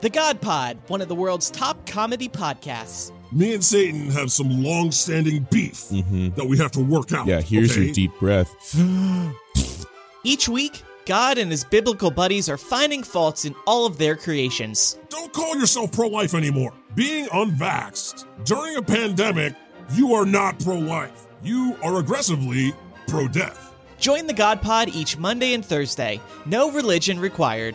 The God Pod, one of the world's top comedy podcasts. Me and Satan have some long standing beef Mm-hmm. that we have to work out. Yeah, here's okay? your deep breath. Each week, God and his biblical buddies are finding faults in all of their creations. Don't call yourself pro life anymore. Being unvaxxed during a pandemic, you are not pro life. You are aggressively pro death. Join the God Pod each Monday and Thursday. No religion required.